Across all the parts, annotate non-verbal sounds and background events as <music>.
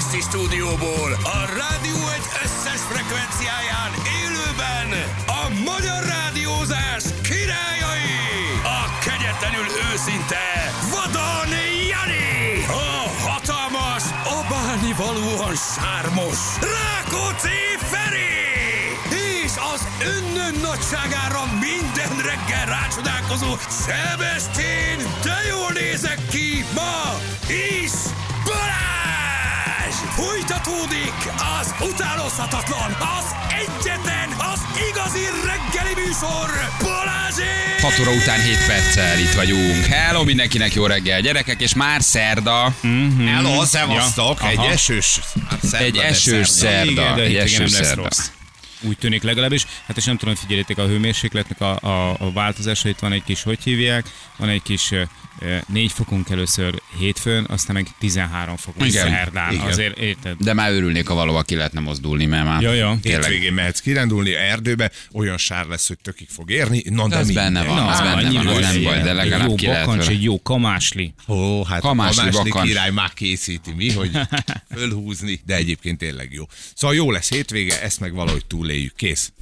stúdióból a rádió egy összes frekvenciáján élőben a magyar rádiózás királyai, a kegyetlenül őszinte Vadon Jani, a hatalmas, abálni valóan sármos Rákóczi Feri, és az önnön nagyságára minden reggel rácsodálkozó Sebestén, de jól nézek ki ma is Balázs! Folytatódik az utánozhatatlan, az egyetlen, az igazi reggeli műsor Balázsék! 6 óra után 7 perccel itt vagyunk. Hello mindenkinek, jó reggel gyerekek, és már szerda. Mm-hmm. Hello, szevasztok! Ja, Ja, egy aha. esős Hát már szerda, Egy de esős szerda. Igen, de egy hétvégén esős nem lesz szerda. rossz. Úgy tűnik legalábbis. Hát és nem tudom, hogy figyeljétek a hőmérsékletnek a, a, a változása. Itt van egy kis, hogy hívják, van egy kis ö, ö, 4 fokunk először hétfőn, aztán meg 13 fokunk Igen. szerdán. Igen. Azért érted? De már örülnék, ha valóban ki lehetne mozdulni, mert már... Ja, ja. Tényleg. Hétvégén mehetsz kirándulni erdőbe, olyan sár lesz, hogy tökig fog érni. Na, de Az minden. benne van, az Na, benne annyi van, az volt, nem baj, igen. de Egy legalább jó ki lehet bakancs, vele. egy jó kamásli. Ó, hát a Kamásli másik bakancs. király már készíti, <laughs> mi, hogy fölhúzni, de egyébként tényleg jó. Szóval jó lesz hétvége, ezt meg valahogy túléljük. Kész.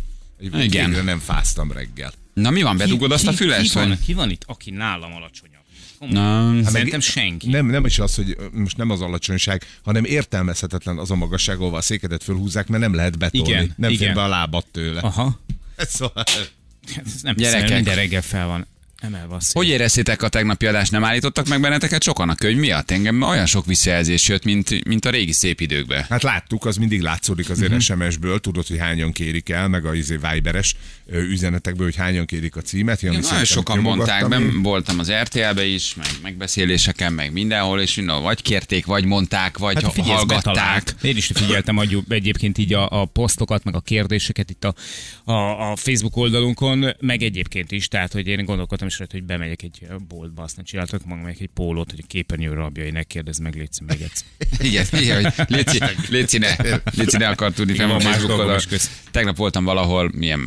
Igen. Végre nem fáztam reggel. Na mi van, bedugod azt a ki, fülest? van, vagy? ki van itt, aki nálam alacsonyabb? Na, Hát Szerintem senki. Nem, nem is az, hogy ö, most nem az alacsonyság, hanem értelmezhetetlen az a magasság, ahol a székedet fölhúzzák, mert nem lehet betolni. Igen, nem fér igen. be a lábad tőle. Aha. <laughs> <laughs> Szóval... Hát Ez nem Gyerekek. hiszem, hogy minden reggel fel van emelve a szél. Hogy éreztétek a tegnapi adást? Nem állítottak meg benneteket sokan a könyv miatt? Engem olyan sok visszajelzés jött, mint, mint a régi szép időkben. Hát láttuk, az mindig látszódik azért Mhm. uh-huh. SMS-ből, tudod, hogy hányan kérik el, meg a izé Viberes ö, üzenetekből, hogy hányan kérik a címet. Jani, Nagyon szerintem sokan nyomogatta mondták, még. ben, voltam az RTL-be is, meg megbeszéléseken, meg mindenhol, és mindenhol vagy kérték, vagy mondták, vagy Hát hát figyelj, hallgatták. betalált. Én is figyeltem adjú, egyébként így a, a posztokat, meg a kérdéseket itt a, a, a Facebook oldalunkon, meg egyébként is, tehát hogy én gondolkodtam is rajta, hogy bemegyek egy boltba, aztán csináltak magamnak egy pólót, hogy a képernyő rabjai, ne kérdezz meg, légy szíves, még egyszer. Igen, igen, hogy <laughs> Léci, Léci, ne, Léci ne akar tudni fel Igen, a más dolgom másokkal. is, kösz. Tegnap voltam valahol milyen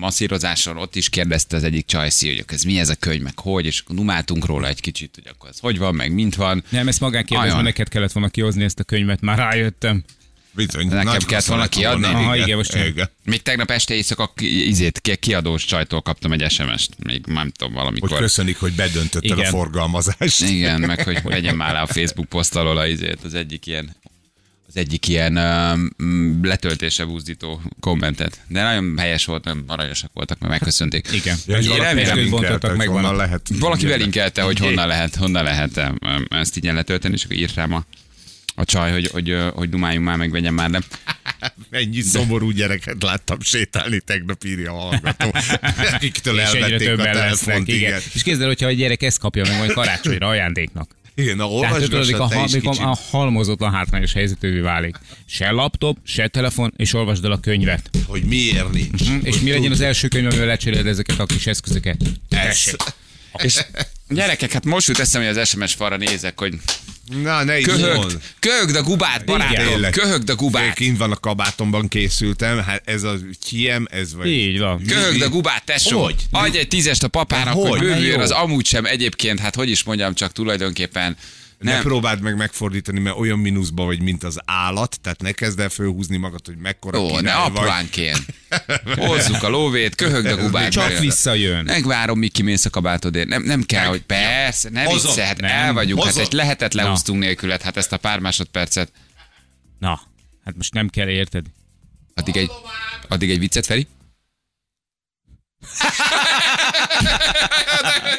masszírozáson, ott is kérdezte az egyik csajszi, hogy ez mi ez a könyv, meg hogy, és akkor numáltunk róla egy kicsit, hogy akkor ez hogy van, meg mint van. Nem, ezt magán kérdezve, Ajaj. neked kellett volna kihozni ezt a könyvet, már rájöttem. Bizony, Nekem nagy kellett haszna volna lett kiadni? Aha, igen, most csak- Még tegnap este éjszaka ki- izét, ki- kiadós csajtól kaptam egy SMS-t, még nem tudom, Hogy valamikor. köszönik, hogy bedöntötted a Igen. forgalmazást. Igen, meg hogy vegyem már le a Facebook poszt alól a izét, az egyik ilyen az egyik ilyen um, letöltése buzdító kommentet. De nagyon helyes volt, nagyon aranyosak voltak, mert megköszönték. Igen. Ja, és Én valaki remélem, belinkelted, bontottak meg honnan valamit. lehet. Valaki Igen. belinkelte, hogy honnan lehet, honnan lehet em, em, ezt így letölteni, és akkor írt rám a, a csaj, hogy, hogy, ö, hogy dumáljunk már, meg vegyem már, de Ennyi szomorú gyereket láttam sétálni tegnap, írja a <laughs> hallgató. Akiktől és egyre elvették a többen lesznek. telefont. Igen. Igen, És képzeld el, hogyha a gyerek ezt kapja meg majd karácsonyra ajándéknak. igen na Tehát tudod, olvasgassad amikor a, ah. te hal, is amikor kicsit. a halmozotlan hátrányos helyzetűvé válik. Se laptop, se telefon, és olvasd el a könyvet. Hogy miért nincs. Mhm, És mi legyen az első könyv, amivel lecseréled ezeket a kis eszközöket? Ez. és gyerekek, hát most jut eszembe, hogy az SMS falra nézek, hogy Na, ne így mondd. köhögd, köhögd a gubát, barátom, Tényleg. köhögd a gubát, Fők Kint van a kabátomban készültem, hát ez a kiem, ez vagy... Így van. köhögd a gubát, tesó, Hogy? adj egy tízest a papának, Hogy? hogy bővüljön Na az jó. amúgy sem egyébként, hát hogy is mondjam, csak tulajdonképpen Ne nem. próbáld meg megfordítani, mert olyan mínuszba vagy, mint az állat, tehát ne kezd el fölhúzni magad, hogy mekkora Ó, ne király vagy. <laughs> apránként. Hozzuk a lóvét, köhögd a gubát. Csak belőle. visszajön. Megvárom, míg kimész a kabátodért. Nem, nem kell, hogy persze, ne Hozom. vicce, hát Nem. el vagyunk, hát Hozom. egy lehetet Na. lehúztunk nélküled, hát ezt a pár másodpercet. Na, hát most nem kell, érted? Addig egy, addig egy viccet, Feri?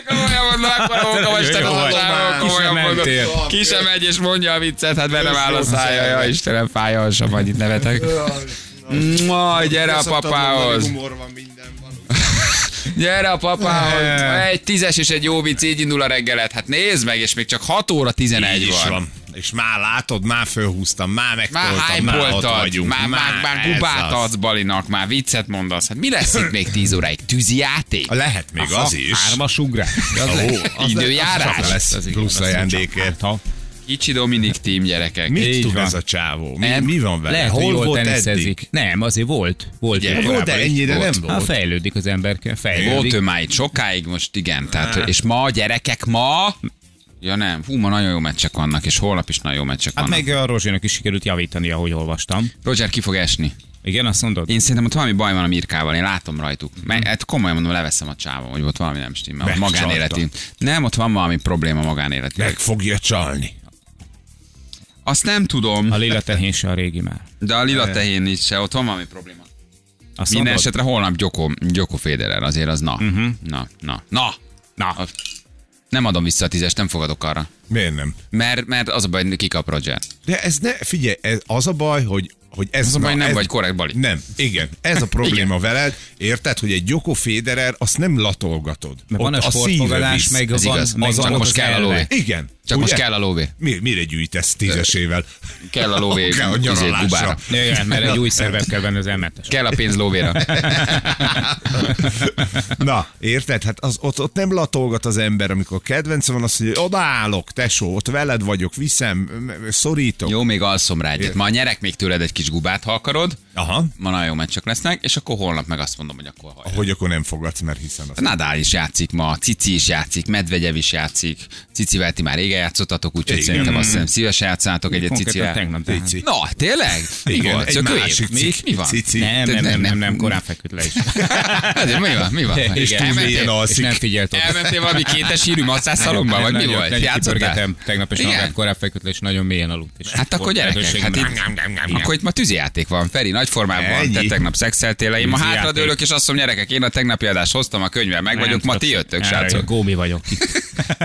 Komolyan mondom, akkor a munkamester Jó, az vagy. határon, Ki komolyan sem mondom. mentél. Ki sem megy és mondja a viccet, hát benne áll a szája. Ja, Istenem, fáj a hasam, annyit nevetek. Mua, gyere a papához. Gyere a papához. Egy tízes és egy jó vicc, így indul a reggelet. Hát nézd meg, és még csak 6 óra 11 Így is van. van. És már látod, már fölhúztam, már Már megtoltam, már ott hype-oltad, vagyunk. már, már, már ez gubát az. adsz Balinak, már viccet mondasz. Hát mi lesz itt még 10 óráig? Tűzi játék? Lehet még az is. Hármas ugrás. Az Ó, lehet. az Időjárás. Az csak lesz plusz ajándékért. Ha, Kicsi Dominik tím, gyerekek. Mit Így tud van. ez a csávó? Mi, Nem. mi van vele? lehet, hogy Hol jól volt eddig? teniszezik. Nem, azért volt. Volt. Ugye, ilyen Volt, de korábban is. ennyire volt. nem Hát volt. fejlődik az ember, Volt fejlődik. ő már itt sokáig, most igen. Tehát, és ma, gyerekek, ma Ja nem, hú, ma nagyon jó meccsek vannak, és holnap is nagyon jó meccsek Hát vannak. meg a Rozsinak is sikerült javítani, ahogy olvastam. Roger ki fog esni. Igen, azt mondod? Én szerintem ott valami baj van a Mirkával, én látom rajtuk. Mert hát komolyan mondom, leveszem a csávom, hogy ott valami nem stimmel. A Megcsalta. magánéleti. Nem, ott van valami probléma magánéleti. Meg fogja csalni. Azt nem tudom, A lila tehén se a régi már. de a lila tehén is se, ott van valami probléma. Azt Minden mondod? esetre holnap Gyoko, Gyoko Federer, azért az na. Uh-huh. Na, na, na. Na. A- Nem adom vissza a tízest, nem fogadok arra. Miért nem? Mert, mert az a baj, hogy kikap Roger. De ez ne, figyelj, ez az a baj, hogy, hogy ez Az a baj, na, nem ez, vagy korrekt, Bali. Nem, igen. Ez a probléma veled, érted, hogy egy Gyoko Féderer, azt nem latolgatod. Meg van Ott a szíve sportfogadás, visz. meg Ez van- igaz. meg Csak van most az kell a elve. lóvé. Igen. Csak most kell a lóvé. Mi, mire gyűjtesz tízesével? Kell a lóvé Kell a izé, nyaralásra. gubára. Igen, mert egy új szervet kell venni az elmetes. Kell a pénz lóvéra. Na, érted? Hát az, ott, ott nem latolgat az ember, amikor kedvence van, azt mondja, hogy odaállok, tesó, ott veled vagyok, viszem, m- m- szorítok. Jó, még alszom rá egyet. Ma nyerek még tőled egy kis gubát, ha akarod. Aha. Ma nagyon jó meccsek lesznek, és akkor holnap meg azt mondom, hogy akkor hajrá. Hogy akkor nem fogadsz, mert hiszen az... Nadal is játszik ma, Cici is játszik, Medvegyev is játszik. Cicivel ti már régen játszottatok, úgyhogy Igen. szerintem azt hiszem szívesen játsszátok egyet Konkrétan Cicivel. tegnap. tehát. Cici. Na, tényleg? Mi volt? egy Csak ő másik épp? mi, cikk. mi van? Cici. Nem, nem, nem, nem, nem, korán feküdt le is. <laughs> Hát, mi van? Mi van? És Igen. túléljen Elmentél, a- És nem figyelt ott. elmentél valami kétes hírű masszás szalomba, vagy mi Nagyon- volt? nagyon Játszottál? kipörgetem. Tegnap és Igen. magát korán feküdt le, és nagyon mélyen aludt. És Hát akkor volt gyerekek, lehetőség hát már. itt, akkor itt ma tűzijáték van, Feri nagy formában van, Ennyi. te tegnap szexeltél, én ma Tűzijáték. hátradőlök, és azt mondom, gyerekek, én a tegnapi adást hoztam, a könyvvel meg vagyok, ma ti jöttök, Erre, srácok. Gómi vagyok.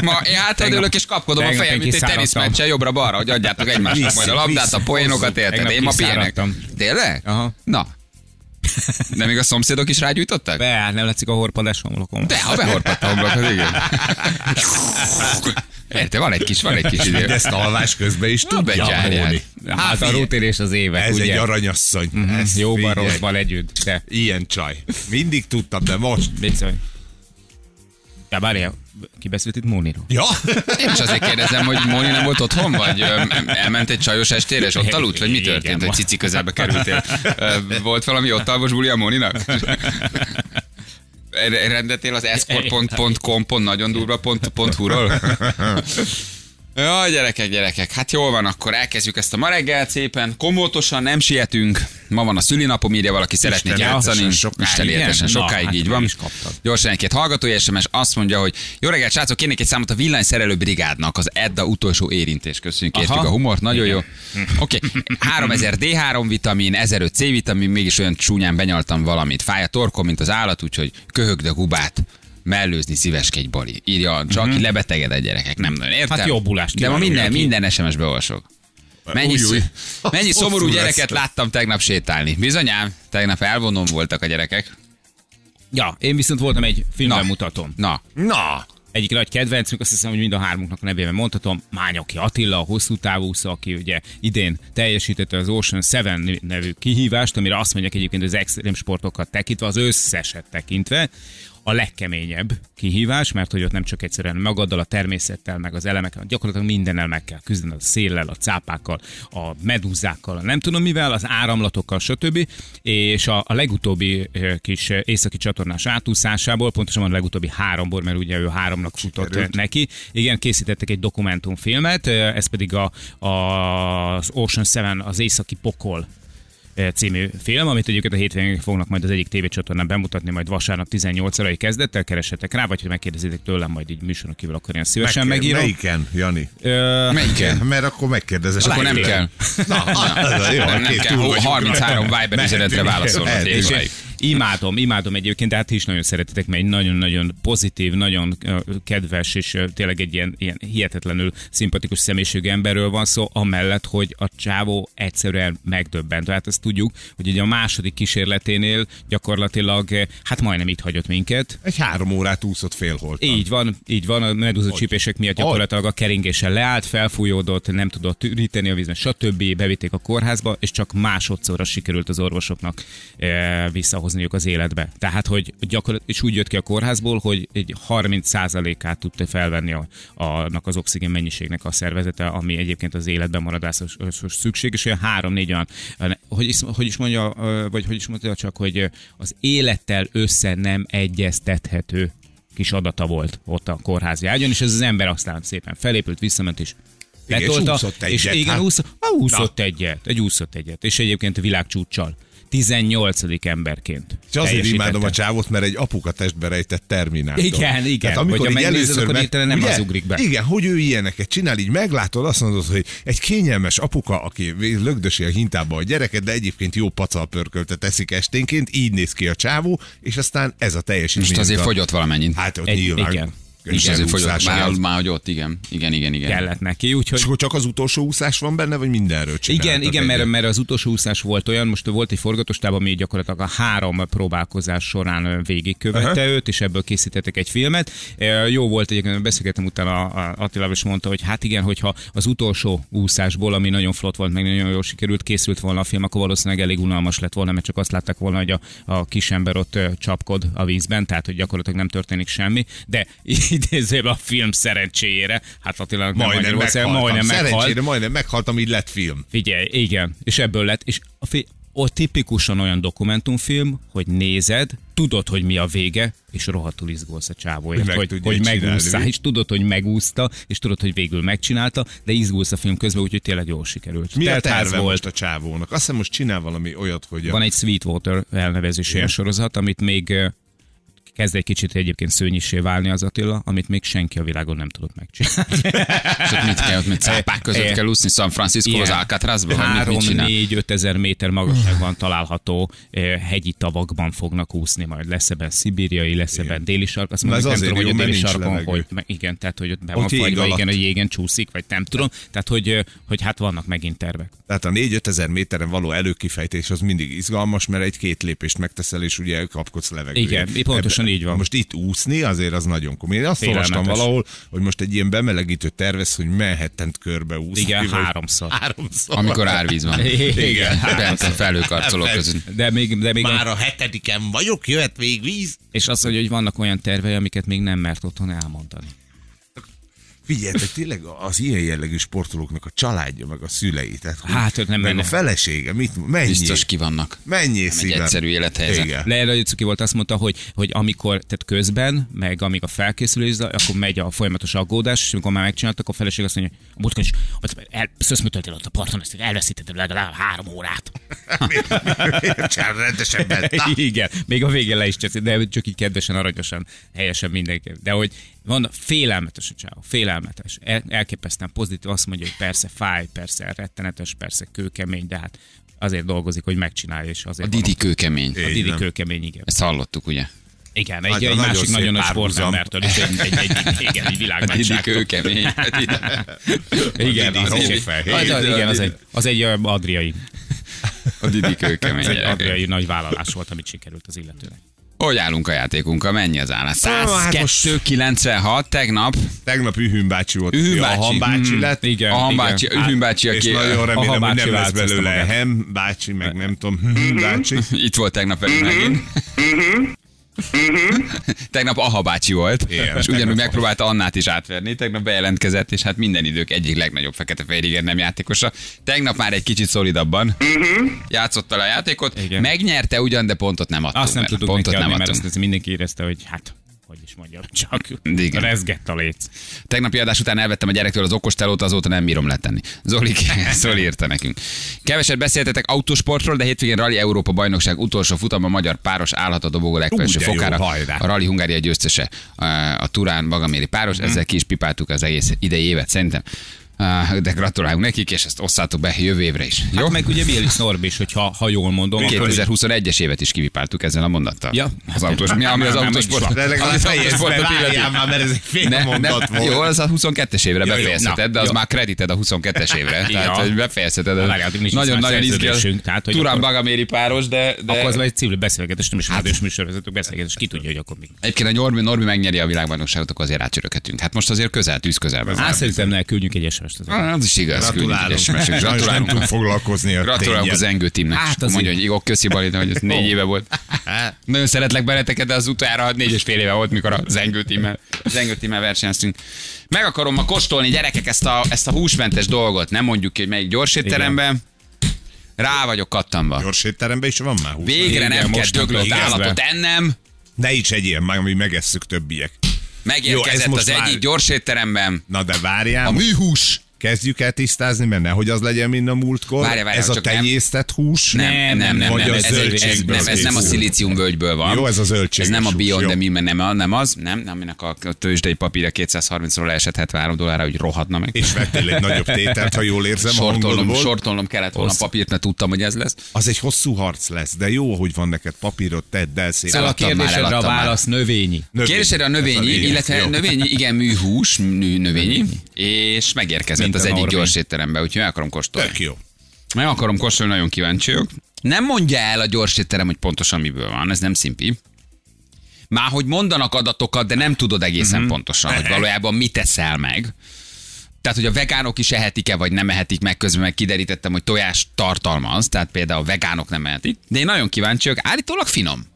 Ma én hátradőlök és kapkodom a tegnap fejem, én mint egy kiszáradtam. teniszmeccsen jobbra-balra, hogy adjátok egymásnak Vissza, majd a labdát, vissza, a poénokat, hozzuk. érted? Tegnap Én ma pihenek. kiszáradtam. Tényleg? Aha. Na. De még a szomszédok is rágyújtottak? Be, hát nem látszik a horpadás homlokom. De, ha behorpadt a homlokhoz, igen. Érte, van egy kis, van egy kis idő. De ezt alvás közben is Na, tudja becsárják. hallani. Hát a rutélés az évek, Ez ugye? egy aranyasszony. Mhm, Ez Jóban, figyelj. rosszban együtt, de Ilyen csaj. Mindig tudtam, de most. bizony. Ja, várjál, ki beszélt itt Móniról? Ja? Én is azért kérdezem, hogy Móni nem volt otthon, vagy ö, em- elment egy csajos estére, és ott aludt, vagy mi Igen, történt, ma. hogy cici közelbe kerültél? Ö, Volt valami ott alvos buli a Móninak? Re- Rendetél az escort.com. nagyon durva pont, pont húról? Jaj, gyerekek, gyerekek, hát jól van, akkor elkezdjük ezt a ma reggel szépen, komótosan, nem sietünk. Ma van a szülinapom, írja valaki, szeretnék Isten játszani. éltesen sokáig. Isten éltesen Igen? Na, sokáig, hát így meg van. is kaptad. Gyorsan egy-két hallgatói SMS azt mondja, hogy jó reggelt, srácok, kérnék egy számot a villanyszerelő brigádnak, az Edda utolsó érintés. Köszönjük, értjük Aha. a humort, nagyon jó. Oké, 3000 D3 vitamin, 1005 C vitamin, mégis olyan csúnyán benyaltam valamit. Fáj a torkom, mint az állat, úgyhogy köhögd a gubát mellőzni szíveskedj, Bali. Írja, csak uh-huh. lebeteged egy gyerekek, nem nagyon értem. Hát jobbulást De ma kívánunk minden, neki. minden SMS-be olvasok. Mennyi, Új, új. szó- mennyi Hosszú szomorú lesz. gyereket láttam tegnap sétálni. Bizonyám, tegnap elvonom voltak a gyerekek. Ja, én viszont voltam egy filmbemutatom. Na, Na, Egyik nagy kedvencünk, azt hiszem, hogy mind a hármunknak nevében mondhatom, Mányoki Attila, a hosszú távúszó, aki ugye idén teljesítette az Ocean Seven nevű kihívást, amire azt mondják egyébként, hogy az extrém sportokat tekintve, az összeset tekintve, a legkeményebb kihívás, mert hogy ott nem csak egyszerűen magaddal, a természettel, meg az elemekkel, gyakorlatilag mindennel meg kell küzdened, a széllel, a cápákkal, a medúzákkal, a nem tudom mivel, az áramlatokkal, stb. És a, a legutóbbi ö, kis ö, északi csatornás átúszásából, pontosan a legutóbbi háromból, mert ugye ő háromnak futott ö, neki, igen, készítettek egy dokumentumfilmet, ö, ez pedig a, a, az Ocean Seven, az északi pokol eh, című film, amit egyébként a hétvégén fognak majd az egyik tévécsatornán bemutatni, majd vasárnap 18 órai kezdettel keresetek rá, vagy hogy megkérdezitek tőlem majd így műsoron kívül, akkor én szívesen megkér- megírom. Melyiken, Jani? Ö, melyiken? Mert akkor megkérdezes. Akkor nem kell. Na, az Ah, a jó, Nem két kell túl vagyunk 33 rajta. Viber üzenetre Mehetünk. válaszolnod. Mehetünk. Jézus. és én imádom, imádom egyébként, de hát ti is nagyon szeretitek, mert egy nagyon-nagyon pozitív, nagyon ö, kedves, és ö, tényleg egy ilyen, ilyen hihetetlenül szimpatikus személyiségű emberről van szó, amellett, hogy a csávó egyszerűen megdöbbent. Tehát ezt tudjuk, hogy ugye a második kísérleténél gyakorlatilag, ö, hát majdnem itt hagyott minket, Egy három órát úszott félholt. így van, így van, a medúza csípések miatt gyakorlatilag a keringése leállt, felfújódott, nem tudott üríteni a vízben, stb. Bevitték a kórházba, és csak másodszorra sikerült az orvosoknak e, visszahozniuk az életbe. Tehát, hogy gyakorlatilag, és úgy jött ki a kórházból, hogy egy 30%-át tudta felvenni a, a, annak az oxigén mennyiségnek a szervezete, ami egyébként az életben maradásos szükség, és olyan három-négy olyan, hogy is, hogy is mondja, ö, vagy hogy is mondja csak, hogy ö, az élettel össze nem egyeztethető kis adata volt ott a kórházi ágyon, és ez az ember aztán szépen felépült, visszament, és Igen, és letolta, úszott és egyet, igen, hát. úsz, ha, úszott egyet, egy úszott egyet, és egyébként a világcsúccsal. 18. emberként. És azért teljesítette. imádom a csávot, mert egy apuka testbe rejtett terminátor. Igen, igen. Tehát amikor Hogyha így megnézed, először akkor meg- hirtelen nem ugye? az ugrik be. Igen, hogy ő ilyeneket csinál, így meglátod, azt mondod, hogy egy kényelmes apuka, aki lögdösi a hintába a gyereket, de egyébként jó pacal pörköltet eszik esténként, így néz ki a csávó, és aztán ez a teljesítmény. Most azért a- fogyott valamennyit. Hát ott Egy- nyilván. igen. Igen, azért fogyott. úszás Már, alatt. már hogy ott, igen. Igen, igen, igen. kellett neki, úgyhogy És akkor csak az utolsó úszás van benne, vagy mindenről csináltad? Igen, igen, mert, egyet? mert az utolsó úszás volt olyan, most volt egy forgatóstáb, ami gyakorlatilag a három próbálkozás során ö, végigkövette uh-huh. őt, és ebből készítettek egy filmet. E, Jó volt, egyébként beszélgettem utána a- a Attilával, és mondta, hogy hát igen, hogyha az utolsó úszásból, ami nagyon flott volt, meg nagyon jól sikerült, készült volna a film, akkor valószínűleg elég unalmas lett volna, mert csak azt látták volna, hogy a, a kis ember ott ö, csapkod a vízben, tehát hogy gyakorlatilag nem történik semmi, de <laughs> idézőben a film szerencséjére, hát Attilának nem Majdnem annyira volt szerencse- meghaltam. majdnem meghalt. Szerencsére majdnem meghaltam, így lett film. Figyelj, igen. És ebből lett, és a fi- o tipikusan olyan dokumentumfilm, hogy nézed, tudod, hogy mi a vége, és rohadtul izgulsz a csávóért, Meg hogy, tudja hogy csinálni. megúszta, és tudod, hogy megúszta, és tudod, hogy végül megcsinálta, de izgulsz a film közben, úgyhogy tényleg jól sikerült. Mi a Teltház terve most a csávónak? Azt hiszem most csinál valami olyat, hogy a Van egy Sweetwater elnevezésű ilyen sorozat, amit még ö, kezd egy kicsit egyébként szőnyissé válni az Attila, amit még senki a világon nem tudott megcsinálni. <laughs> És ott mit kell, ott mit Eh, cápák között Igen. kell úszni San Francisco-hoz, Igen. Alcatrazba, vagy mit, Három, mit csinál? négy, ötezer méter magasságban található eh, hegyi tavakban fognak úszni, majd lesz ebben szibériai, lesz ebben déli sark, azt Na ez mondjuk nem tudom, azért hogy jó, a mert déli nincs sarkon, levegő. hogy me- igen, tehát hogy ott be Ott van jég fagyva, alatt. igen, a jégen csúszik, vagy nem tudom, tehát hogy, eh, hogy hát vannak megint tervek. Tehát a 4-5 ezer méteren való előkifejtés az mindig izgalmas, mert egy-két lépést megteszel, és ugye kapkodsz levegőt. Igen, pontosan így van. Most itt úszni azért az nagyon komoly. Én azt Félelmetes. olvastam valahol, hogy most egy ilyen bemelegítő tervez, hogy manhattan körbe úszni. Igen, vagy- háromszor. <laughs> Háromszor. Amikor árvíz van. Igen. <laughs> Bent a felhőkarcolók Hát, között. <laughs> De még, de még Már a hetediken vagyok, jöhet még víz. és azt mondja, hogy vannak olyan tervei, amiket még nem mert otthon elmondani. Figyeljetek, tényleg az ilyen jellegű sportolóknak a családja, meg a szülei. Tehát, hogy- Hát, ők nem meg a mennek. felesége, mit, mennyi, Biztos ki vannak. mennyi Nem egy egyszerű élethelyzet. Igen. <laughs> Leila Jucuki volt azt mondta, hogy, hogy amikor, tehát közben, meg amíg a felkészülés, zaj, akkor megy a folyamatos aggódás, és amikor már megcsináltak, a feleség azt mondja, hogy a múltkor is ott el, szöszmötöltél ott a parton, ezt elveszítetted legalább három órát. Csár rendesebben. <laughs> Igen, még a végén le is cseszi, de csak így kedvesen, aranyosan, helyesen mindenki. De hogy van félelmetes a csávó, félelmetes. El, elképesztően pozitív, azt mondja, hogy persze fáj, persze rettenetes, persze kőkemény, de hát azért dolgozik, hogy megcsinálja, és A azért van Didi kőkemény. ott. a Így Didi van. kőkemény, igen. Ezt hallottuk, ugye? Igen, egy, Nagyon- egy nagyon másik szép nagyon nagy párhuzam. sportembertől is egy, egy, egy, egy, igen, egy A Didi világbajnokságtól. kőkemény. Igen, az, Didi egy, Hófehér. az, az, igen, az egy, az egy ö, adriai, A Didi az egy kőkemény. adriai nagy vállalás volt, amit sikerült az illetőnek. Hogy állunk a játékunkkal? Mennyi az állat? hát 102 most- 96 tegnap. Tegnap Ühüm bácsi volt. Ühüm Ühüm bácsi. bácsi. A hambácsi Mm, lett. igen. Hát, A hambácsi, igen. Ühüm bácsi, És aki nagyon remélem, hogy hambácsi nem lesz változta belőle magát. hem bácsi, meg nem tudom, Hüm bácsi. <laughs> itt volt tegnap velünk megint. <laughs> Tegnap Aha bácsi volt, Igen, és tegnap ugyanúgy volt. megpróbálta Annát is átverni. Tegnap bejelentkezett, és hát minden idők egyik legnagyobb fekete fehér nem játékosa. Tegnap már egy kicsit szolidabban játszotta le a játékot. Igen. Megnyerte ugyan, de pontot nem adtunk. Azt nem vele. tudtuk neki pontot adni, nem mert adtunk. azt azt mindenki érezte, hogy hát hogy is mondjam, csak Igen. rezgett a léc. Tegnapi adás után elvettem a gyerektől az okostelót, azóta nem bírom letenni. Zoli, <laughs> Zoli írta nekünk. Keveset beszéltetek autósportról, de hétvégén Rally Európa bajnokság utolsó futama magyar páros állhat a dobogó legfelső Ú, de jó, fokára. hajrá! a Rally Hungária győztese, a Turán Magaméri páros, Mhm. ezzel ki is pipáltuk az egész idei évet szerintem. Ah, De gratulálunk nekik, és ezt osszátok be jövő évre is. Jó? Hát meg ugye Bielis Norbi is, hogyha ha jól mondom, akkor ugye- 2021-es évet is kivipáltuk ezzel a mondattal. Ja. Az autós, mi, ami az Nem, nem, autósport. nem, De legalább amit az fejezd be, autósportot illeti. várjál már, mert ez egy fél mondat Jó, volt. az a 22-es évre jó, befejezheted, na, de az jó. már kredited a 22-es <laughs> évre. Tehát, Ja. hogy befejezheted. ez Várjál, addig nincs már Nagyon-nagyon izgi. szerződésünk, tehát, hogy Turán akkor- Bagaméri páros, de... de... akkor az már egy civil beszélgetés, nem is rádiós műsorvezetők beszélgetés, ki tudja, hogy akkor mi. Egyébként, ha Norbi, Norbi megnyeri a világbajnokságot, akkor azért rácsörökhetünk. Hát most azért közel, tűz közelben. Hát van. szerintem ne küldjünk egy SMS-t azért. Ah, Az is igaz. Gratulálunk. küldjük egy SMS-t. Sajnos nem Gratulálunk. tudunk foglalkozni a Gratulálunk az tényel. Engő tímnek. Hát Hát azért. mondja, hogy igaz, köszi Balint, hogy ez <laughs> négy éve volt. Hát. Nagyon szeretlek benneteket, de az utoljára négy és fél éve volt, mikor az Engő tímmel, az Engő tímmel versenyeztünk. Meg akarom ma kóstolni, gyerekek, ezt a, ezt a húsmentes dolgot. Nem mondjuk ki, hogy melyik gyors étteremben. Rá vagyok kattanva. Gyors étteremben is van már hús. Végre Igen, nem kell mostantól döglött kezdve. állatot ennem. Ne is egyél, már mi megesszük többiek. Jó, ez Megérkezett Jó, most az már- egyik gyors étteremben. Na de várjál, A most műhús. kezdjük el tisztázni, mert nehogy az legyen, mint a múltkor. Várjál, várjál, ez a csak nem. tenyésztett hús? Nem, nem, nem, Vagy nem, a ez, egy- ez, zöldségből nem, ez nem a készül. szilíciumvölgyből van. Jó, ez a zöldség Ez nem a is Beyond, jó. de mi, mert nem, nem az, nem, nem, aminek a tőzsdei papírja 230-ról esett 73 dollárra, hogy rohadna meg. És vettél egy nagyobb tételt, ha jól érzem a sortolnom, hangodból. sortolnom kellett volna papírt, mert tudtam, hogy ez lesz. Az egy hosszú harc lesz, de jó, hogy van neked papírod, tedd el szépen. Szóval a A Szóval Eladtam már, kérdésedre a eladtam már. válasz növényi. Növényi. Kérdésére a Ez a növényi, lényeg. illetve Jó. növényi, igen, műhús, nő- növényi, és megérkezett Mint az a egyik Norvég. gyors étterembe, úgyhogy meg akarom kóstolni. Tök jó. Meg akarom kóstolni, nagyon kíváncsi vagyok. Nem mondja el a gyors étterem, hogy pontosan miből van, ez nem szimpi. Már hogy mondanak adatokat, de nem tudod egészen Mhm. mm-hmm. pontosan, hogy valójában mit eszel meg. Tehát, hogy a vegánok is ehetik-e, vagy nem ehetik meg, közben meg kiderítettem, hogy tojás tartalmaz, tehát például a vegánok nem ehetik. De én nagyon kíváncsi vagyok, állítólag finom.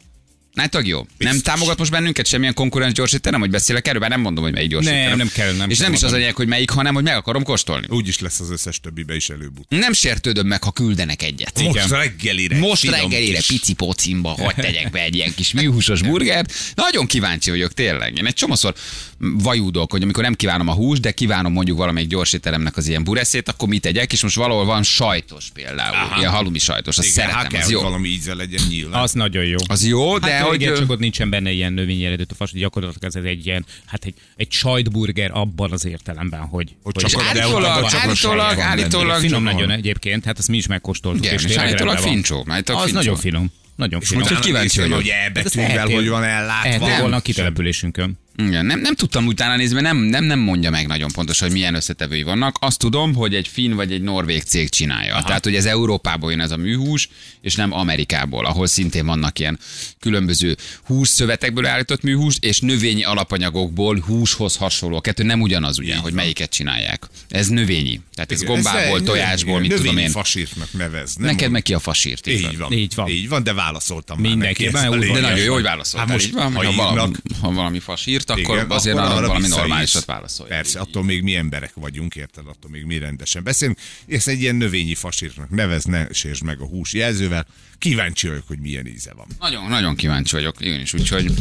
Állítólag jó. Biztos. Nem támogat most bennünket semmilyen konkurens gyors étterem, hogy beszélek erről, bár nem mondom, hogy melyik gyors Nem, étterem. nem kell, nem És nem is az a támogatom. lényeg, hogy melyik, hanem hogy meg akarom kóstolni. Úgy is lesz az összes többibe is előbb-utóbb. Nem sértődöm meg, ha küldenek egyet. Most reggelire. Most finom reggelire kis- pici pocimba, hogy tegyek be egy ilyen <laughs> kis műhúsos burgert. Nagyon kíváncsi vagyok tényleg. Én egy csomószor vajúdok, hogy amikor nem kívánom a húst, de kívánom mondjuk valamelyik gyorsítelemnek az ilyen bureszét, akkor mit tegyek, és most valahol van sajtos például, Aha. ilyen halumi sajtos, azt Igen, Igen, hát szeretem, kell, az hogy jó. valami íze legyen nyilván. Az nagyon jó. Az jó, de Hát hogy... igen, csak ott nincsen benne ilyen növényi eredetű fas, gyakorlatilag ez egy ilyen, hát egy, egy sajtburger abban az értelemben, hogy... Hogy és csak a- de ott állítólag, a csapos állítólag, sajt van állítólag, Finom csak nagyon van. egyébként, hát azt mi is megkóstoltuk. Igen, és tényleg állítólag rendben van. fincsó. Állítólag Az fincsó. nagyon finom. Nagyon finom. Hát utána- Csak kíváncsi néztem, vagyok. hogy E betűvel, Ezt hogy van ellátva. Ehetnél Nem. volna a kitelepülésünkön. Igen, nem, nem tudtam utána nézni, mert nem, nem, nem mondja meg nagyon pontosan, hogy milyen összetevői vannak. Azt tudom, hogy egy finn vagy egy norvég cég csinálja. Aha. Tehát, hogy ez Európából jön ez a műhús, és nem Amerikából, ahol szintén vannak ilyen különböző húszszövetekből állított műhús, és növényi alapanyagokból húshoz hasonló. A kettő nem ugyanaz, ugye, hogy melyiket csinálják. Ez növényi. Tehát ez Igen, ez gombából, egy tojásból, növényi- mit tudom én. növényi fasírtnak nevez. nem Neked úgy. meg ki a fasírt. így van. Így van. Így van. Így van, de válaszoltam Mindenképpen már úgy neki. van. De Ez a nagyon lényeg. jó, hogy válaszoltál. Hát most, így van, ha ha, valami, írnak, ha valami fasírt, akkor igen, azért arra valami visszaírsz. normálisat válaszolj. Persze, attól még mi emberek vagyunk, érted? Attól még mi rendesen beszélünk. Ezt egy ilyen növényi fasírnak nevez, ne sértsd meg a hús jelzővel. Kíváncsi vagyok, hogy milyen íze van. Nagyon, nagyon kíváncsi vagyok, én is, úgyhogy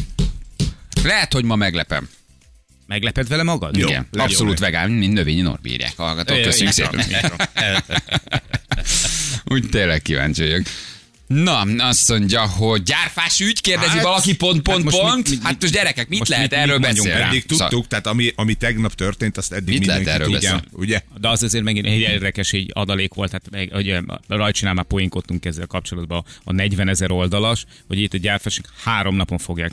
lehet, hogy ma meglepem. Megleped vele magad? Jó. Igen, legjobb abszolút meg. vegán, mint növényi norbírják. Hallgatok, Ö, köszönjük így szépen. <laughs> Úgy tényleg kíváncsi vagyok. Na, azt mondja, hogy gyárfás ügy, kérdezi Hát, hát, valaki pont, pont, most mit- pont. mit- hát most gyerekek, mit most lehet mit- mit erről mondjunk? beszélni? Szóval Eddig tudtuk, tehát ami, ami tegnap történt, azt eddig Mit lehet mindenki erről tudja. beszélni? Ugye? De az azért megint egy érdekes egy adalék volt, hát meg, hogy rajcsinál már poénkodtunk ezzel kapcsolatban a 40 ezer oldalas, hogy itt a gyárfesek három napon fogják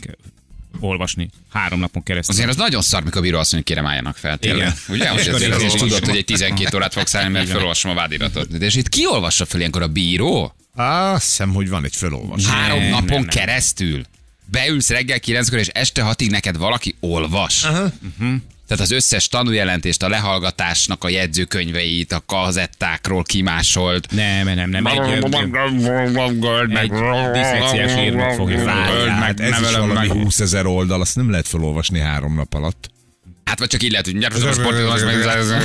olvasni. Három napon keresztül. Azért az nagyon szar, mikor a bíró azt mondja, kérem álljanak fel. Tényleg. Igen. Ugye? Most És azért akkor az így is olvasom. tudod, hogy egy 12 órát fogsz állni, mert felolvasom a vádiratot. De és itt ki olvassa fel ilyenkor a bíró? Á, azt hiszem, hogy van egy felolvasás. Három Nem, napon nem, nem. keresztül. Beülsz reggel kilenckor, és este hatig neked valaki olvas. Aha. Uh-huh. Mhm. Tehát az összes tanújelentést, a lehallgatásnak a jegyzőkönyveit, a kazettákról kimásolt. Nem, nem, nem. Egy, egy, egy diszlexiás írnak fogja. Várjál, hát ez is valami 20 ezer oldal, azt nem lehet felolvasni három nap alatt. Hát vagy csak így lehet, hogy nyert a sportot, az meg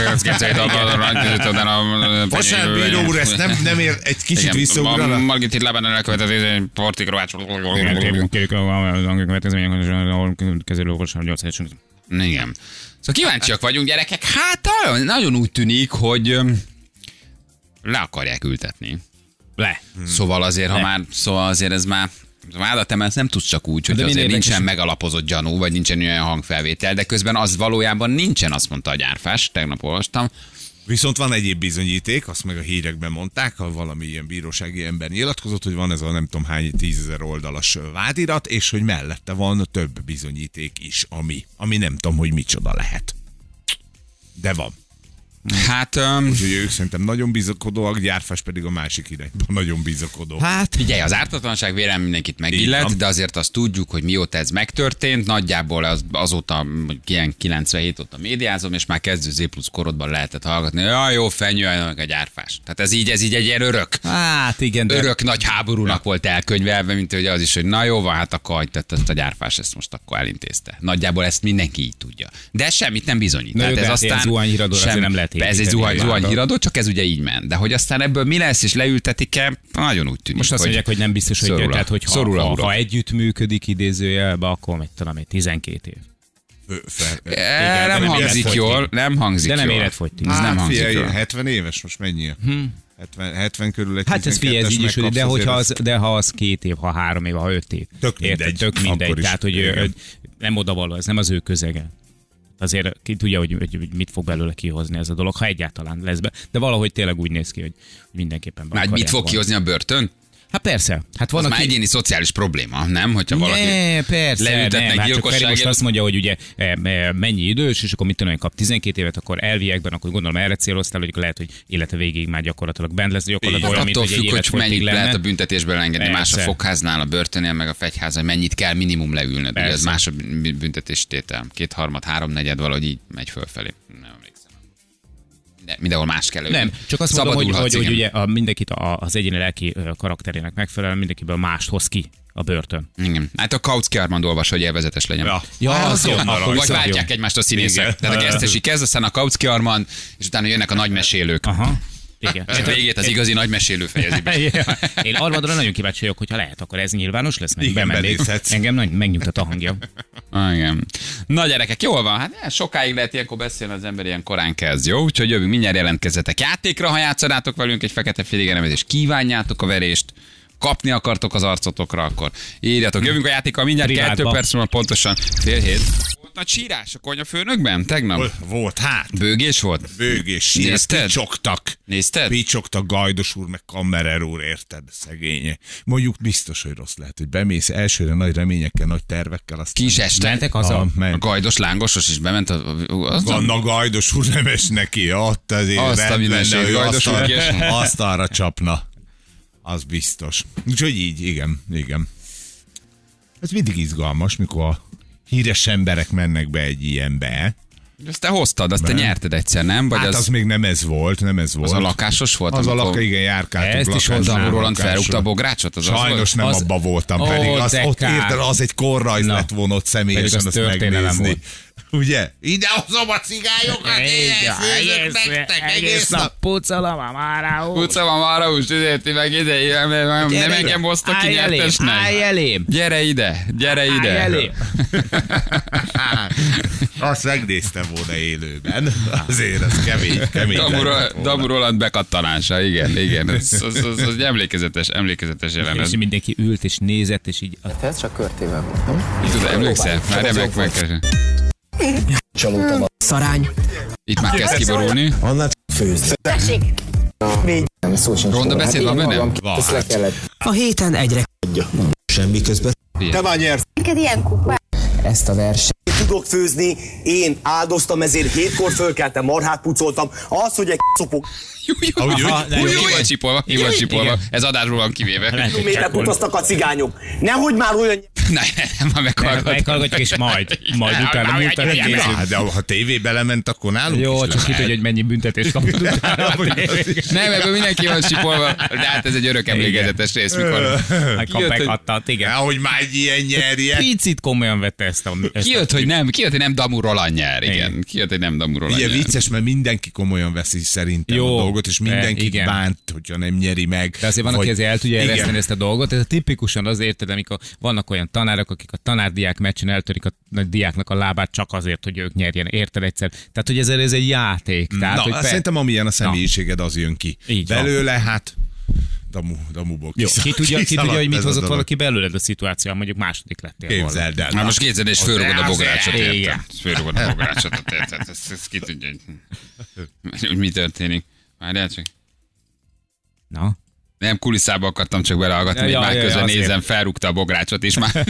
az keceit a... Vasár bíró úr, ezt nem, nem ér, egy kicsit visszaugrana. Margit itt Lebanon elkövetett, ez egy izé, portik rovács. Kérjük a következmények, kezelő olvasom, hogy Igen. Szóval kíváncsiak vagyunk, gyerekek. Hát nagyon- nagyon úgy tűnik, hogy öm, le akarják ültetni. Le. Szóval azért, ha már, szóval azért ez már vádat emelsz, nem tudsz csak úgy, hogy De azért minden nincsen érdekes- megalapozott gyanú, vagy nincsen olyan hangfelvétel, de közben az valójában nincsen, azt mondta a gyárfás, tegnap olvastam. Viszont van egyéb bizonyíték, azt meg a hírekben mondták, ha valami ilyen bírósági ember nyilatkozott, hogy van ez a nem tudom hány tízezer oldalas vádirat, és hogy mellette van több bizonyíték is, ami, ami nem tudom, hogy micsoda lehet. De van. Hát, öm, Úgyhogy ők szerintem nagyon bizakodóak, gyárfás pedig a másik irányban nagyon bizakodó. Hát figyelj, az ártatlanság vélem mindenkit megillet, van. de azért azt tudjuk, hogy mióta ez megtörtént, nagyjából az, azóta, mondjuk ilyen 97 óta médiázom, és már kezdő Z plusz korodban lehetett hallgatni, hogy ja, jó, fenyő, meg egy árfás. Tehát ez így, ez így egy ilyen örök. Hát igen, de Örök nagy háborúnak volt elkönyvelve, mint hogy az is, hogy na jó, van, hát akkor hagyd, tehát ezt a gyárfás ezt most akkor elintézte. Nagyjából ezt mindenki így tudja. De semmit nem bizonyít. Na jó, ez de hát ilyen zuhanyhíradóra azért nem lehet be, ez egy építeni zuhany, a zuhany vádat. híradó, csak ez ugye így ment. De hogy aztán ebből mi lesz, és leültetik-e, nagyon úgy tűnik. Most azt mondják, hogy nem biztos, hogy szorul a- tehát, hogy szorul ha, a ha, hurok. ha együtt működik idézőjelbe, akkor mit tudom én, 12 év. Ö, fel- E, de nem nem hangzik életfogytig. jól, nem hangzik De nem jól. életfogytig. Ez nem Hát hangzik figyelj, jól. 70 éves most mennyi? Hmm. 70, 70 körül egy Hát ez figyelj, ez 12-es így is, hogy- de, megkapsz, hogyha az, azért de ha az két év, ha három év, ha öt év. Tök mindegy. Tök mindegy. Akkor is. Tehát, hogy ö, Igen. nem odavaló, ez nem az ő közege. Azért ki tudja, hogy, hogy, hogy mit fog belőle kihozni ez a dolog, ha egyáltalán lesz be. De valahogy tényleg úgy néz ki, hogy hogy mindenképpen be Már mit akarják fog vonni. kihozni a börtön? Hát persze. Hát Az van, már aki... egyéni szociális probléma, nem? Hogyha valaki... Ne, persze, leültetnek nem, hát csak Feri most gyilkosságért. azt mondja, hogy ugye e, e, mennyi idős, és akkor mit tudom, én, kap 12 évet, akkor elviekben, akkor gondolom erre céloztál, hogy lehet, hogy élete végéig már gyakorlatilag bent lesz, gyakorlatilag Hát olyan, mint attól hogy egy függ, hogy mennyit életfogytig lenne. lehet a büntetésből engedni. Más a Persze. fogháznál, a börtönél, meg a fegyház, hogy mennyit kell minimum leülnöd. Ugye ez Persze. más a bü- büntetéstétel. Kétharmad, háromnegyed, valahogy így megy fölfelé. Nem emlékszem. De mindenhol más kell ülni. Nem, csak azt mondom, hogy, Szabadulhatsz, hogy, hogy igen. ugye a, mindenkit a, az egyéni lelki ö, karakterének megfelelően mindenkiből mást hoz ki a börtön. Igen. Hát a Kautsky Armand olvas, hogy élvezetes legyen. Ja. Ja, Hát, az jó. Akkor Vagy viszont váltják jó. egymást a színészek. Igen. Tehát a gesztesi kezd, aztán a Kautsky Armand, és utána jönnek a nagymesélők. Aha. Igen. <laughs> És a végét az igazi nagymesélő fejezi be. <laughs> Igen. Én armadra nagyon kíváncsi vagyok, hogyha lehet, akkor ez nyilvános lesz, meg Igen, bemennék. benézhetsz. Engem nagy, megnyugtat a <laughs> hangja. Ah, Igen. Na gyerekek, jól van, hát eh, sokáig lehet ilyenkor beszélni, az ember ilyen korán kezd, jó? Úgyhogy jövünk, mindjárt jelentkezzetek játékra, ha játszanátok velünk egy fekete féligeremet, és kívánjátok a verést, kapni akartok az arcotokra, akkor írjatok. Jövünk a játékkal mindjárt, Privátba. kettő perc múlva pontosan fél hét. Volt nagy sírás a konyafőnökben tegnap? Ö, Volt, hát, Bőgés volt? bőgés, sírás, Nézted? picsogtak. Nézted? Picsogtak Gajdos úr, meg Kammerer úr, érted, szegénye. Mondjuk biztos, hogy rossz lehet, hogy bemész elsőre nagy reményekkel, nagy tervekkel, aztán... Kis este. Mentek haza? Ah, A meg. gajdos lángosos is bement. A, az Anna Gajdos úr nem es neki, ott azért Azt a rend mindenség, lenne, hogy Gajdos úr asztal, kiesne. asztalra csapna. Az biztos. Úgyhogy így, igen, igen. Ez mindig izgalmas, mikor a híres emberek mennek be egy ilyenbe. Azt te hoztad, azt te nyerted egyszer, nem? Vagy Hát az, az még nem ez volt, nem ez volt. az a lakásos volt? Hát Az a amikor- laka, igen, járkáltunk Ezt is lakásról hozzám, Ahol Roland lakásra. felrúgta a bográcsot? Az az Sajnos volt? nem Az- abba voltam, Ó, pedig az, de ott kár. érted, az egy korrajz Na. lett volna ott Pedig személyesen az azt történelem megnézni. volt. <laughs> Ugye? Ide hozom a cigányokat, Hát én elfőzök nektek egész nap. pucolom a mára Utca van már úgy, üzéti meg ide, nem, nem, nem engem hoztak ki nyertesnek. elém! Gyere ide, gyere ide. Azt megnéztem volna élőben. <laughs> Azért ez kemény, kemény. Damu lett Ro- volna. Damu Roland bekattanása, igen, igen. <laughs> Ez, az, az, az egy emlékezetes, emlékezetes jelenet. És mindenki ült és nézett, és így a Ez csak körtében volt, nem? Tudod, emlékszel? Már remek meg. Szarány. Itt már kezd kiborulni. Nem szó sincs. Ronda beszéd van benne? Van, hát. A héten egyre. Neked ilyen kupát? Ezt a verset. tudok főzni, én áldoztam, ezért hétkor fölkeltem, marhát pucoltam. Az, hogy egy szopok Ahogy Aha, úgy- nem, úgy- Ki jó. úgy- van csipolva, ki van csipolva. Ez adásról van kivéve. mélyre utaztak a cigányok. Nehogy már olyan Na, nem, már meghallgatom. meghallgatjuk, és majd, majd utána múltan Na, de ha tévébe lement, akkor nálunk Jó, is csak ki tudja, hogy mennyi büntetést kapott utána. Nem, ebből mindenki van csipolva, de hát ez egy örök emlékezetes rész, mikor Kijött, hogy- Kapekattat, Hát igen. Ahogy már egy ilyen nyerje. Picit komolyan vette ezt a... Ezt a- Kijött, hogy nem, kijött, hogy nem Damu Roland nyer, igen. Igen. Kijött, hogy nem Damu Roland Ugye nyer. vicces, mert mindenki komolyan veszi szerintem Jó, Jó, a dolgot, és de mindenkit igen. bánt, hogyha nem nyeri meg. De azért van, vagy- aki ezért el tudja Igen. ereszteni ezt a dolgot. Ez a tipikusan az érted, amikor vannak olyan tanárok, akik a tanárdiák meccsen eltörik a a diáknak a lábát csak azért, hogy ők nyerjen. Érted egyszer? Tehát, hogy ez, ez egy játék. Tehát, Na, hogy azt szerintem amilyen a személyiséged, az jön ki. Így van. Belőle, hát damu, damuból Jó, kiszalad- ki tudja, ki kiszaladt tudja, hogy mit ez a hozott dolog. valaki belőled a szituáció, mondjuk második lettél volna. Képzeld el. Na most kétszer és fölrugod a bográcsot, azért. érted? Igen. Fölrugod a bográcsot, érted? Ezt, ezt ki tudja, hogy- hogy mi történik. Várjál csak. Na, Nem kulisszába akartam csak belehallgatni, hogy Ja, már ja, ja, közben azért. nézem, felrúgta a bográcsot, és már <laughs>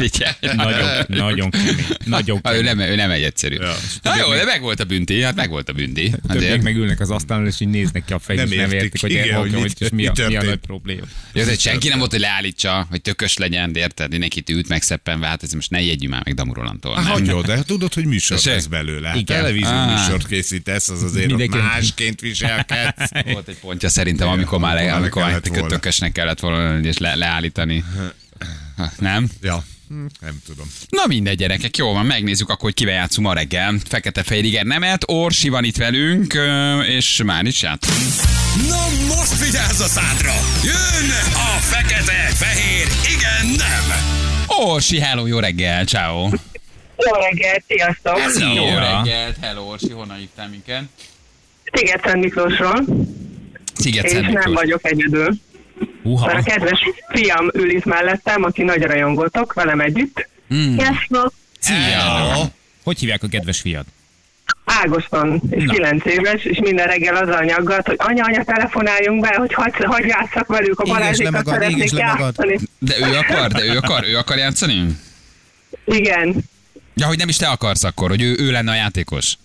figyelj. nagyon, nagyon kemény. <laughs> Nagyon Ha, ő, kemény. nem, ő nem egy egyszerű. Na jó, de meg volt a bünti, hát meg volt a bünti. Többiek Azért. megülnek az asztalon, és így néznek ki a fejük, Nem és nem értik, értik, hogy, igen, el- hogy hogy, mit- és mi a, mi mi a történt. nagy probléma. Jó, de senki nem volt, hogy leállítsa, hogy tökös legyen, de érted? Mindenkit üt meg szeppenve, hát ez most ne jegyünk már meg Damurolantól. Hát hagyod, de hát tudod, hogy műsor Se. lesz belőle. Hát Igen. televízió Á. műsort készítesz, az azért Mindenki- Mindenki... másként viselkedsz. Hát Volt egy pontja szerintem, amikor már le, amikor amikor le kellett már volna. tökösnek kellett volna lenni és le, leállítani. Ha, Hát Nem? ja. Nem tudom. Na minden gyerekek, jó van, megnézzük akkor, hogy kivel játszunk ma reggel. Fekete Fejriger Nemet, Orsi van itt velünk, ö, és már is játszunk. Na most vigyázz a szádra! Jön a fekete, fehér, igen, nem! Orsi, hello, jó reggel, ciao. Jó reggelt, sziasztok! Jó Szia. reggelt, hello Orsi, honnan hívtál minket? Szigeten Miklósról, Sziget és nem vagyok egyedül. Mert a Uha. kedves fiam ül itt mellettem, aki nagy rajongótok, velem együtt. Mm. Sziasztok! Szia. Hogy hívják a kedves fiad? Ágoston, és Na. 9 éves, és minden reggel azzal nyaggat, hogy anya, anya, telefonáljunk be, hogy hagy, hagy játszak velük, a Égesd le Balázsikat magad, szeretnék égesd le magad. játszani. De ő akar, de ő akar, ő akar játszani? Igen. Ja, hogy nem is te akarsz akkor, hogy ő, ő lenne a játékos.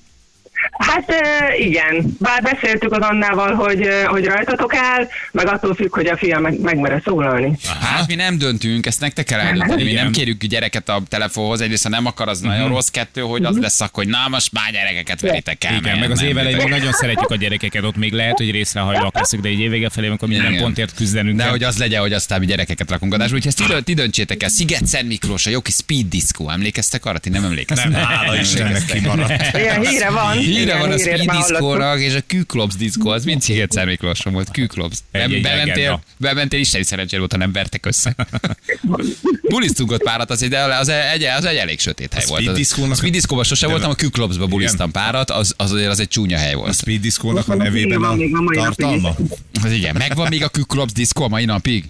Hát ö, igen, bár beszéltük az Annával, hogy, ö, hogy rajtatok áll, meg attól függ, hogy a fiam meg, meg mere szólalni. Hát mi nem döntünk, ezt nektek kell eldönteni. Mi Igen. nem kérjük gyereket a telefonhoz, egyrészt ha nem akar, az nagyon rossz, kettő, hogy az lesz akkor, hogy na most már gyerekeket veritek el. Igen, mert meg az nem évelején még veritek. nagyon szeretjük a gyerekeket, ott még lehet, hogy részrehajlóak leszünk, de így évvége felé, amikor minden Igen. pontért küzdenünk. De kell. hogy az legyen, hogy aztán mi gyerekeket rakunk adásba. Úgyhogy ezt ti, dö- ti döntsétek el. Sziget Szent Miklós, a Joki Speed Disco. Emlékeztek arra? Ti nem emlékeztek? Nem, Hála Istennek kimaradt. Ilyen híre van. Híre igen, van a hírét Speed már hallottuk. Disco-ra, és a Küklops Disco, az mind Sziget Szent Miklóson volt, Küklops. Egy- Nem, egy bementél, legenda. bementél, isteni szerencsére volt, ha nem vertek össze. <laughs> Buliztunk ott párat, azért, de az egy, az egy elég sötét hely volt. Speed Az- Disco-nak- a Speed Disco-ba sose De- voltam, a Küklopsba buliztam párat, az, az azért az egy csúnya hely A volt. Speed Disco-nak a nevében Van a még a mai napig. tartalma? Az igen, megvan még a Küklops Disco a mai napig?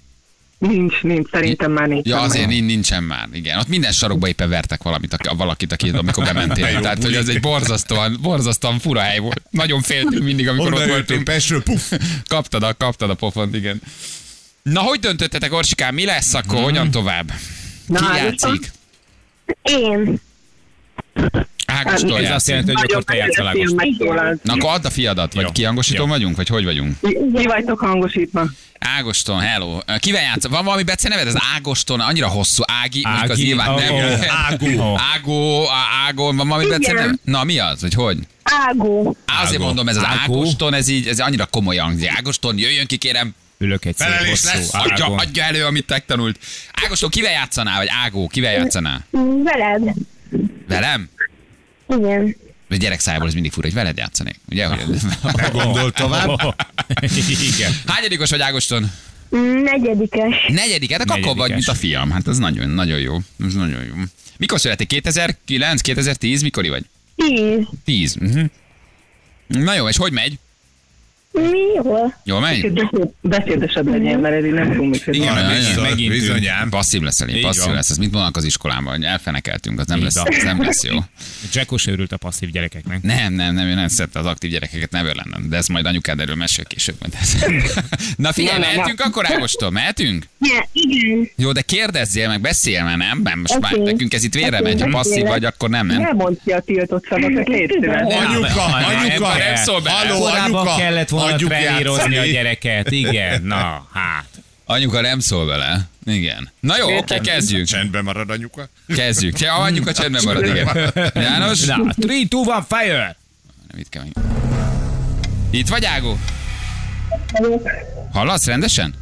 Nincs, nincs, szerintem már nincs. Ja, Nem azért van. nin- nincsen már. Igen, ott minden sarokba éppen vertek valamit, aki, valakit, aki, amikor bementél. Tehát, hogy az egy borzasztóan, borzasztóan fura hely volt. Nagyon féltünk mindig, amikor Honnan ott jöttél voltunk. Pestről? Puff! <laughs> Kaptad a, kaptad a pofont, igen. Na, hogy döntöttetek, Orsikám? Mi lesz akkor? Hogyan tovább? Ki Na, játszik? Én. Ágostól Ez azt játszik. jelenti, hogy Nagyon akkor te játszol menő film Ágost. megszólalt. Na, akkor add a fiadat, vagy Jó. kihangosítón Jó. vagyunk, vagy hogy vagyunk? Mi vagytok hangosítva? Ágoston, hello. Kivel játsz? Van valami beceneved? Az Ágoston annyira hosszú. Ági, Ági mondjuk az nyilván oh, nem. oh, Ágó. Ágó, Á- Ágon, van valami Igen. beceneved? Na, mi az, hogy hogy? Ágó. Á, Azért Ágó. mondom, ez az Ágó. Ágoston, ez így, ez annyira komolyan hangzik. Ágoston, jöjjön ki, kérem, Ülök egy szép felelés hosszú lesz, adja, ágon. adja elő, amit megtanult. Ágoston, kivel játszanál, vagy Ágó, kivel játszanál? Veled. Velem? Igen. A gyerek szájából ez mindig fura, hogy veled játszanék, ugye? <laughs> Hogy- Ne gondol tovább. <laughs> Igen. Hányadikos vagy Ágoston? Negyedikes. Negyedik, hát akkor Negyedikes. vagy, mint a fiam. Hát ez nagyon, nagyon jó. Ez nagyon jó. Mikor születik? 2009, 2010, mikori vagy? Tíz. 10. Uh-huh. Na jó, és hogy megy? Mi jól? Jól megy? Kicsit beszéd- Beszédesebb legyél, mert eddig nem fogunk működni. Igen, Jaj, megint- jaj, megint megint bizonyám. Passzív leszel, én Így passzív van. lesz. Ez mit mondanak az iskolában, hogy elfenekeltünk, az nem Így lesz, van. ez nem lesz jó. Jacko se örült a passzív gyerekeknek. Nem, nem, nem, ő nem szerette az aktív gyerekeket Neverlandon, de ez majd anyukád erről mesél később. Majd <laughs> Na figyelj, Na, na, na. mehetünk akkor Ágostól, mehetünk? Ja, igen. Jó, de kérdezzél meg, beszélj már, nem? Nem, most már Oké. nekünk ez itt vére megy, ha Oké, passzív beszélek. vagy, akkor nem, nem? Ne mondd ki a tiltott szavakat, légy szíves. Anyuka, anyuka, nem szól bele. Halló, anyuka, Korábban kellett volna adjuk trenírozni a játszani. gyereket. Igen, na, hát. Anyuka nem szól vele. Igen. Na jó, oké, kezdjük. Csendben marad anyuka. Kezdjük. Ja, anyuka csendben marad, igen. János? Na, 3, 2, 1, fire! Nem, itt kell meg. Itt vagy, Ágó? Hallasz rendesen?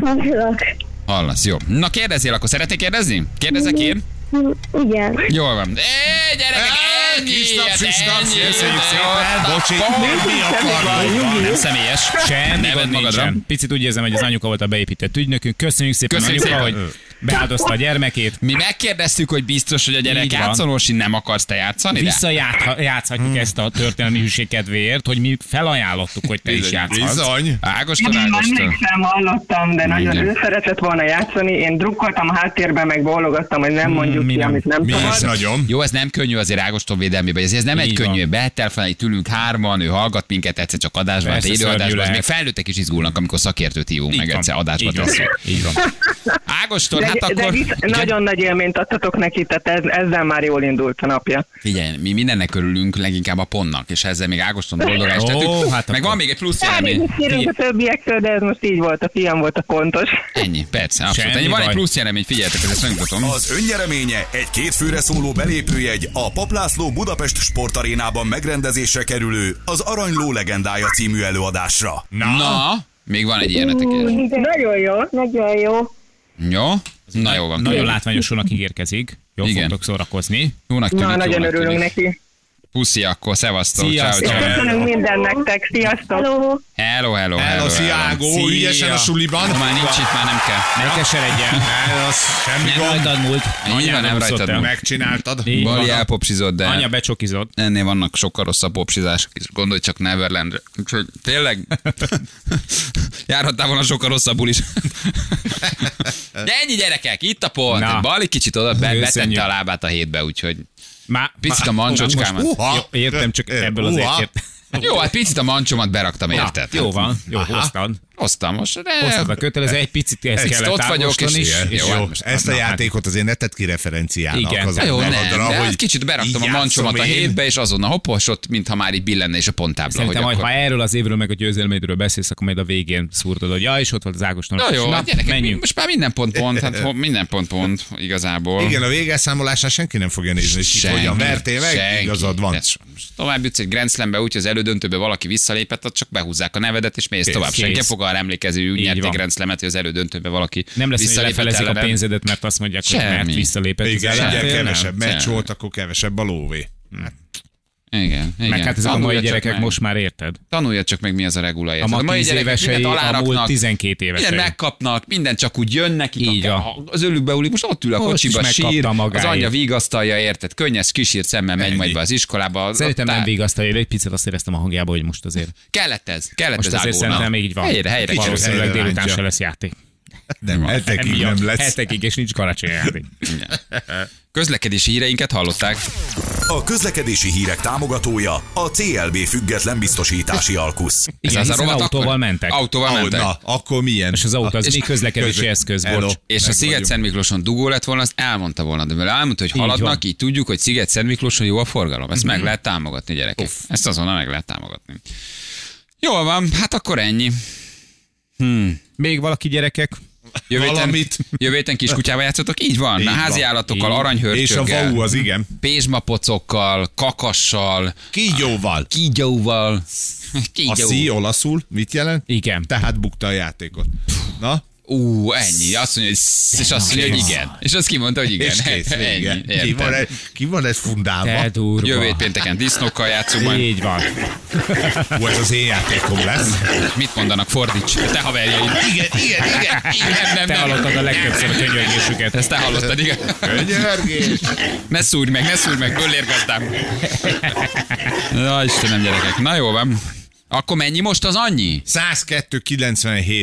Hallok. Hallasz, jó. Na kérdezzél, akkor szeretnék kérdezni? Mhm. Kérdezek én? Igen. Jól van. Éj, gyerekek, Éj, ennyi! kis naps, hát kis naps, ennyi, köszönjük jó, szépen. na, Bocsi, pont. nem mi akartunk. Nem személyes. Semmi Neved gond magadra. nincsen. Picit úgy érzem, hogy az anyuka volt a beépített ügynökünk. Köszönjük szépen, Köszönjük anyuka, szépen. hogy beáldozta a gyermekét. Mi megkérdeztük, hogy biztos, hogy a gyerek Így van. játszon, Orsi, nem akarsz te játszani? De? Hmm. Visszajátszhatjuk ezt a történelmi hűség kedvéért, hogy mi felajánlottuk, hogy te is játszhatsz. Bizony. Ágoston, Igen, Ágoston. emlékszem, hallottam, de nagyon Igen. ő szeretett volna játszani. Én drukkoltam a háttérben, meg bólogattam, hogy nem mondjuk mi ki, nem. amit nem Mi is szabad. nagyon. Jó, ez nem könnyű azért Ágoston védelmében, ezért ez nem egy Így van. könnyű. Behettel fel, itt ülünk hárman, ő hallgat minket, egyszer csak adásban, hát Persze, szörnyű élőadásban, az még lehet. felnőttek is izgulnak, amikor szakértőt hívunk, meg van. egyszer adásba Így van. teszünk. Így van. Ágoston, De, hát de akkor... visz- nagyon nagy élményt adtatok neki, tehát ez, ezzel már jól indult a napja. Figyelj, mi mindennek örülünk, leginkább a ponnak, és ezzel még Ágoston boldogás Ó, tettük. hát meg akkor. van még egy plusz Elnézést jelemény. kérünk a többiektől, de ez most így volt, a fiam volt a fontos. Ennyi, persze, abszolút. Semmi Ennyi, van egy baj. plusz jelemény, figyeljetek, ezt megmutatom. Az önnyereménye egy kétfőre szóló belépőjegy a Paplászló Budapest sportarénában megrendezésre kerülő az Aranyló legendája című előadásra. Na, még van egy ilyenetek is. Nagyon jó. Nagyon jó. Jó? Na jó van. Nagyon látványosulnak ígérkezik. Jól Igen. fogtok szórakozni. Jónak tűnik, Na, nagyon jónak örülünk tűnik. neki. Puszi akkor, szevasztok. Szia, Ciao, szia. ciao. Köszönünk minden nektek, sziasztok! Hello. Hello, hello, hello. Sziágó, ügyesen a suliban. Ha már nincs itt, már nem kell. Ne keseredjen. Ne, az semmi Nem gond. rajtad múlt. Így van, Anyád nem úszott rajtad el. múlt. Megcsináltad. Így van. Bali elpopsizott, de Anya becsokizott. ennél vannak sokkal rosszabb popsizások is. Gondolj csak Neverlandre. Úgyhogy <laughs> tényleg járhattál volna sokkal rosszabbul is. De ennyi gyerekek, itt a Na. pont. Bali kicsit oda be- Köszönjük. betette a lábát a hétbe, úgyhogy Már picit a már- mancsocskámat. Uha. Jó, Értem, csak ebből az Uha. ért. Jó, hát picit a mancsomat beraktam, érted? Hát Jó van, jó, hoztad. Hoztam most. Hoztad De... a kötelező, egy picit ezt Picit kellett ott vagyok, ágostan és is. ilyen. és Jó, jó. hát most- Ezt a Na, hát. játékot azért ne tett ki referenciának. Igen. az De a Jó, nem, megadra, de hogy hát kicsit beraktam így a mancsomat a játszom én. hétbe, és azonnal hoppos, ott mintha már így billenne is a pontábla. Szerintem hogy majd, akkor... ha erről az évről meg a győzelmeidről beszélsz, akkor majd a végén szúrtod, hogy ja, és ott volt az Ágoston. Na jó, hát Na, gyerekek, mi- menjünk. most már minden pont pont, hát ho- minden pont pont igazából. Igen, a végelszámolásnál senki nem fogja nézni, hogy ki hogyan vertél meg, senki. igazad van. De most Tovább jutsz egy Grand Slambe, úgyhogy az elődöntőbe valaki visszalépett, ott csak behúzzák a nevedet, és mész Kész, tovább. Senki kész. fog arra emlékezni, hogy Így nyerték van. Grand Slamet, hogy az elődöntőbe valaki Nem lesz, hogy visszalépett lefelezik a ellenem. pénzedet, mert azt mondják, hogy Semmi. mert visszalépett az Igen, ellenfél, ugye nem? kevesebb meccs Semmi. volt, akkor kevesebb a lóvé. Igen, igen. Meg hát ezek a mai Tanulja csak gyerekek meg. most már érted. Tanulja csak meg, mi az a regulája. A ma 10 gyerekek évesei, mindent a múlt aláraknak, 12 Minden évesei. megkapnak, minden csak úgy jön nekik. Így Így a, van. az ölükbe ulik, most ott ül a Most kocsiba, is megkapta sír, magáét. az anyja vigasztalja, érted? Könnyes, kisírt szemmel megy Ennyi. majd be az iskolába. Az- Szerintem ott nem áll. vigasztalja, de egy picit azt éreztem a hangjába, hogy most azért. Kellett ez, kellett Most Hát ez azért ágónak. szerintem így van. Helyre, helyre. Kicsit kerül. Valószínűleg helyre délután rántja. se lesz játék. Nem, hetekig Emiatt nem lesz. Hetekig, és nincs karácsony játék. Közlekedési híreinket hallották. A közlekedési hírek támogatója a CLB független biztosítási alkusz. Igen, a hiszen rovat autóval akkor? mentek. Autóval Ahogy, mentek. Na, akkor milyen? És az autó az És mi közlekedési közle- eszköz, Hello. bocs. És a Sziget Szent Miklóson dugó lett volna, azt elmondta volna, de mivel elmondta, hogy haladnak, van. Mhm. így, tudjuk, hogy Sziget Szent Miklóson jó a forgalom. Ezt meg lehet támogatni, gyerekek. Ezt azonnal meg lehet támogatni. Jól van, hát akkor ennyi. Még valaki gyerekek? Jövő héten, Valamit. jövő héten kiskutyával játszotok? Így van. Így Így Na, van. házi állatokkal, Így. És a vau aranyhörcsökkel, az igen. pézsmapocokkal, kakassal, Kígyóval. kígyóval. <laughs> A szí olaszul mit jelent? Igen. Tehát bukta a játékot. Na, Ú, ennyi. Azt mondja, hogy sz- és azt mondja, hogy igen. És azt kimondta, hogy igen. és kész, <laughs> vége. Ennyi, Ki van, érted. egy, ki van egy fundálva? Te durva. Jövő hét pénteken disznókkal játszunk majd. Így van. Hú, ez az én játékom lesz. <laughs> Mit mondanak, fordíts, te haverjaid. Igen, igen, igen, igen, nem, Te hallottad a legtöbbször a könyörgésüket. Ezt te hallottad, igen. Könyörgés. Ne szúrj meg, ne szúrj meg, <laughs> göllérgazdám. Na, Istenem, gyerekek. Na jó van. Akkor mennyi most az annyi? 102-97.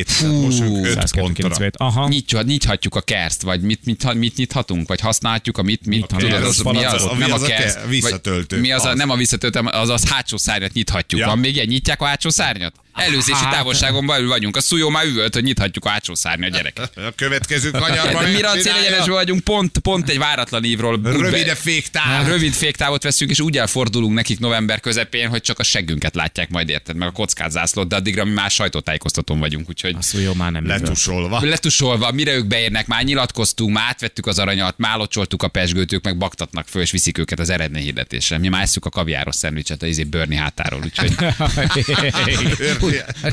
tehát Most ők 5 pontra. 197. Aha. Nyitjuk, nyithatjuk a kerszt, vagy mit, mit, mit nyithatunk, vagy használhatjuk a mit, mit Nyithatunk. tudod, Az az, palac, mi az, az- nem mi a az a kerszt. ke- vagy visszatöltő, Mi az, a, az. nem a visszatöltő, hanem az, az hátsó szárnyat nyithatjuk. Ja. Van még ilyen, nyitják a hátsó szárnyat? Előzési Hát- távolságon belül vagyunk. A szújó már üvölt, hogy nyithatjuk a hátsó szárnyat, gyerek. A következő kanyarban De mire a megcsinálja. célegyenesben vagyunk, pont, pont egy váratlan ívról. Hát Rövide féktál. Rövid féktávot veszünk, és úgy elfordulunk nekik november közepén, hogy csak a seggünket látják majd, érted, meg a kockázzászlót, de addigra mi már sajtótájékoztatón vagyunk, úgyhogy Azt jó, már nem jövök. <laughs> Letusolva. letusolva, mire ők beérnek, már nyilatkoztunk, már átvettük az aranyat, már locsoltuk a pesgőt, ők meg baktatnak föl, és viszik őket az eredményhirdetésre. Mi már esszük a kaviáros szendvicset, az izé bőrni hátáról, úgyhogy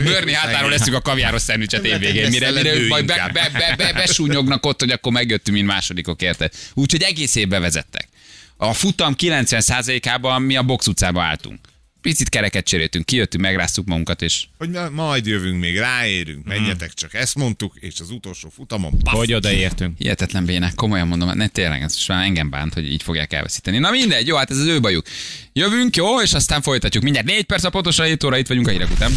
bőrni hátáról eszünk a kaviáros szendvicset évvégén, mire, mire ők majd be, be, be, be, besúnyognak ott, hogy akkor megjöttünk, mint másodikok, érted? Úgyhogy egész évbe vezettek. A futam 90%-ában mi a box utcába álltunk. Picit kereket cseréltünk, kijöttünk, megráztuk magunkat, és Hogy ma- majd jövünk még, ráérünk, menjetek csak, ezt mondtuk, és az utolsó futamon, paf, Hogy odaértünk. Hihetetlen bének, komolyan mondom, hát ne tényleg, ez most már engem bánt, hogy így fogják elveszíteni. Na mindegy, jó, hát ez az ő bajuk. Jövünk, jó, és aztán folytatjuk. Mindjárt négy perc a pontosan 7 óra, itt vagyunk a hírek után.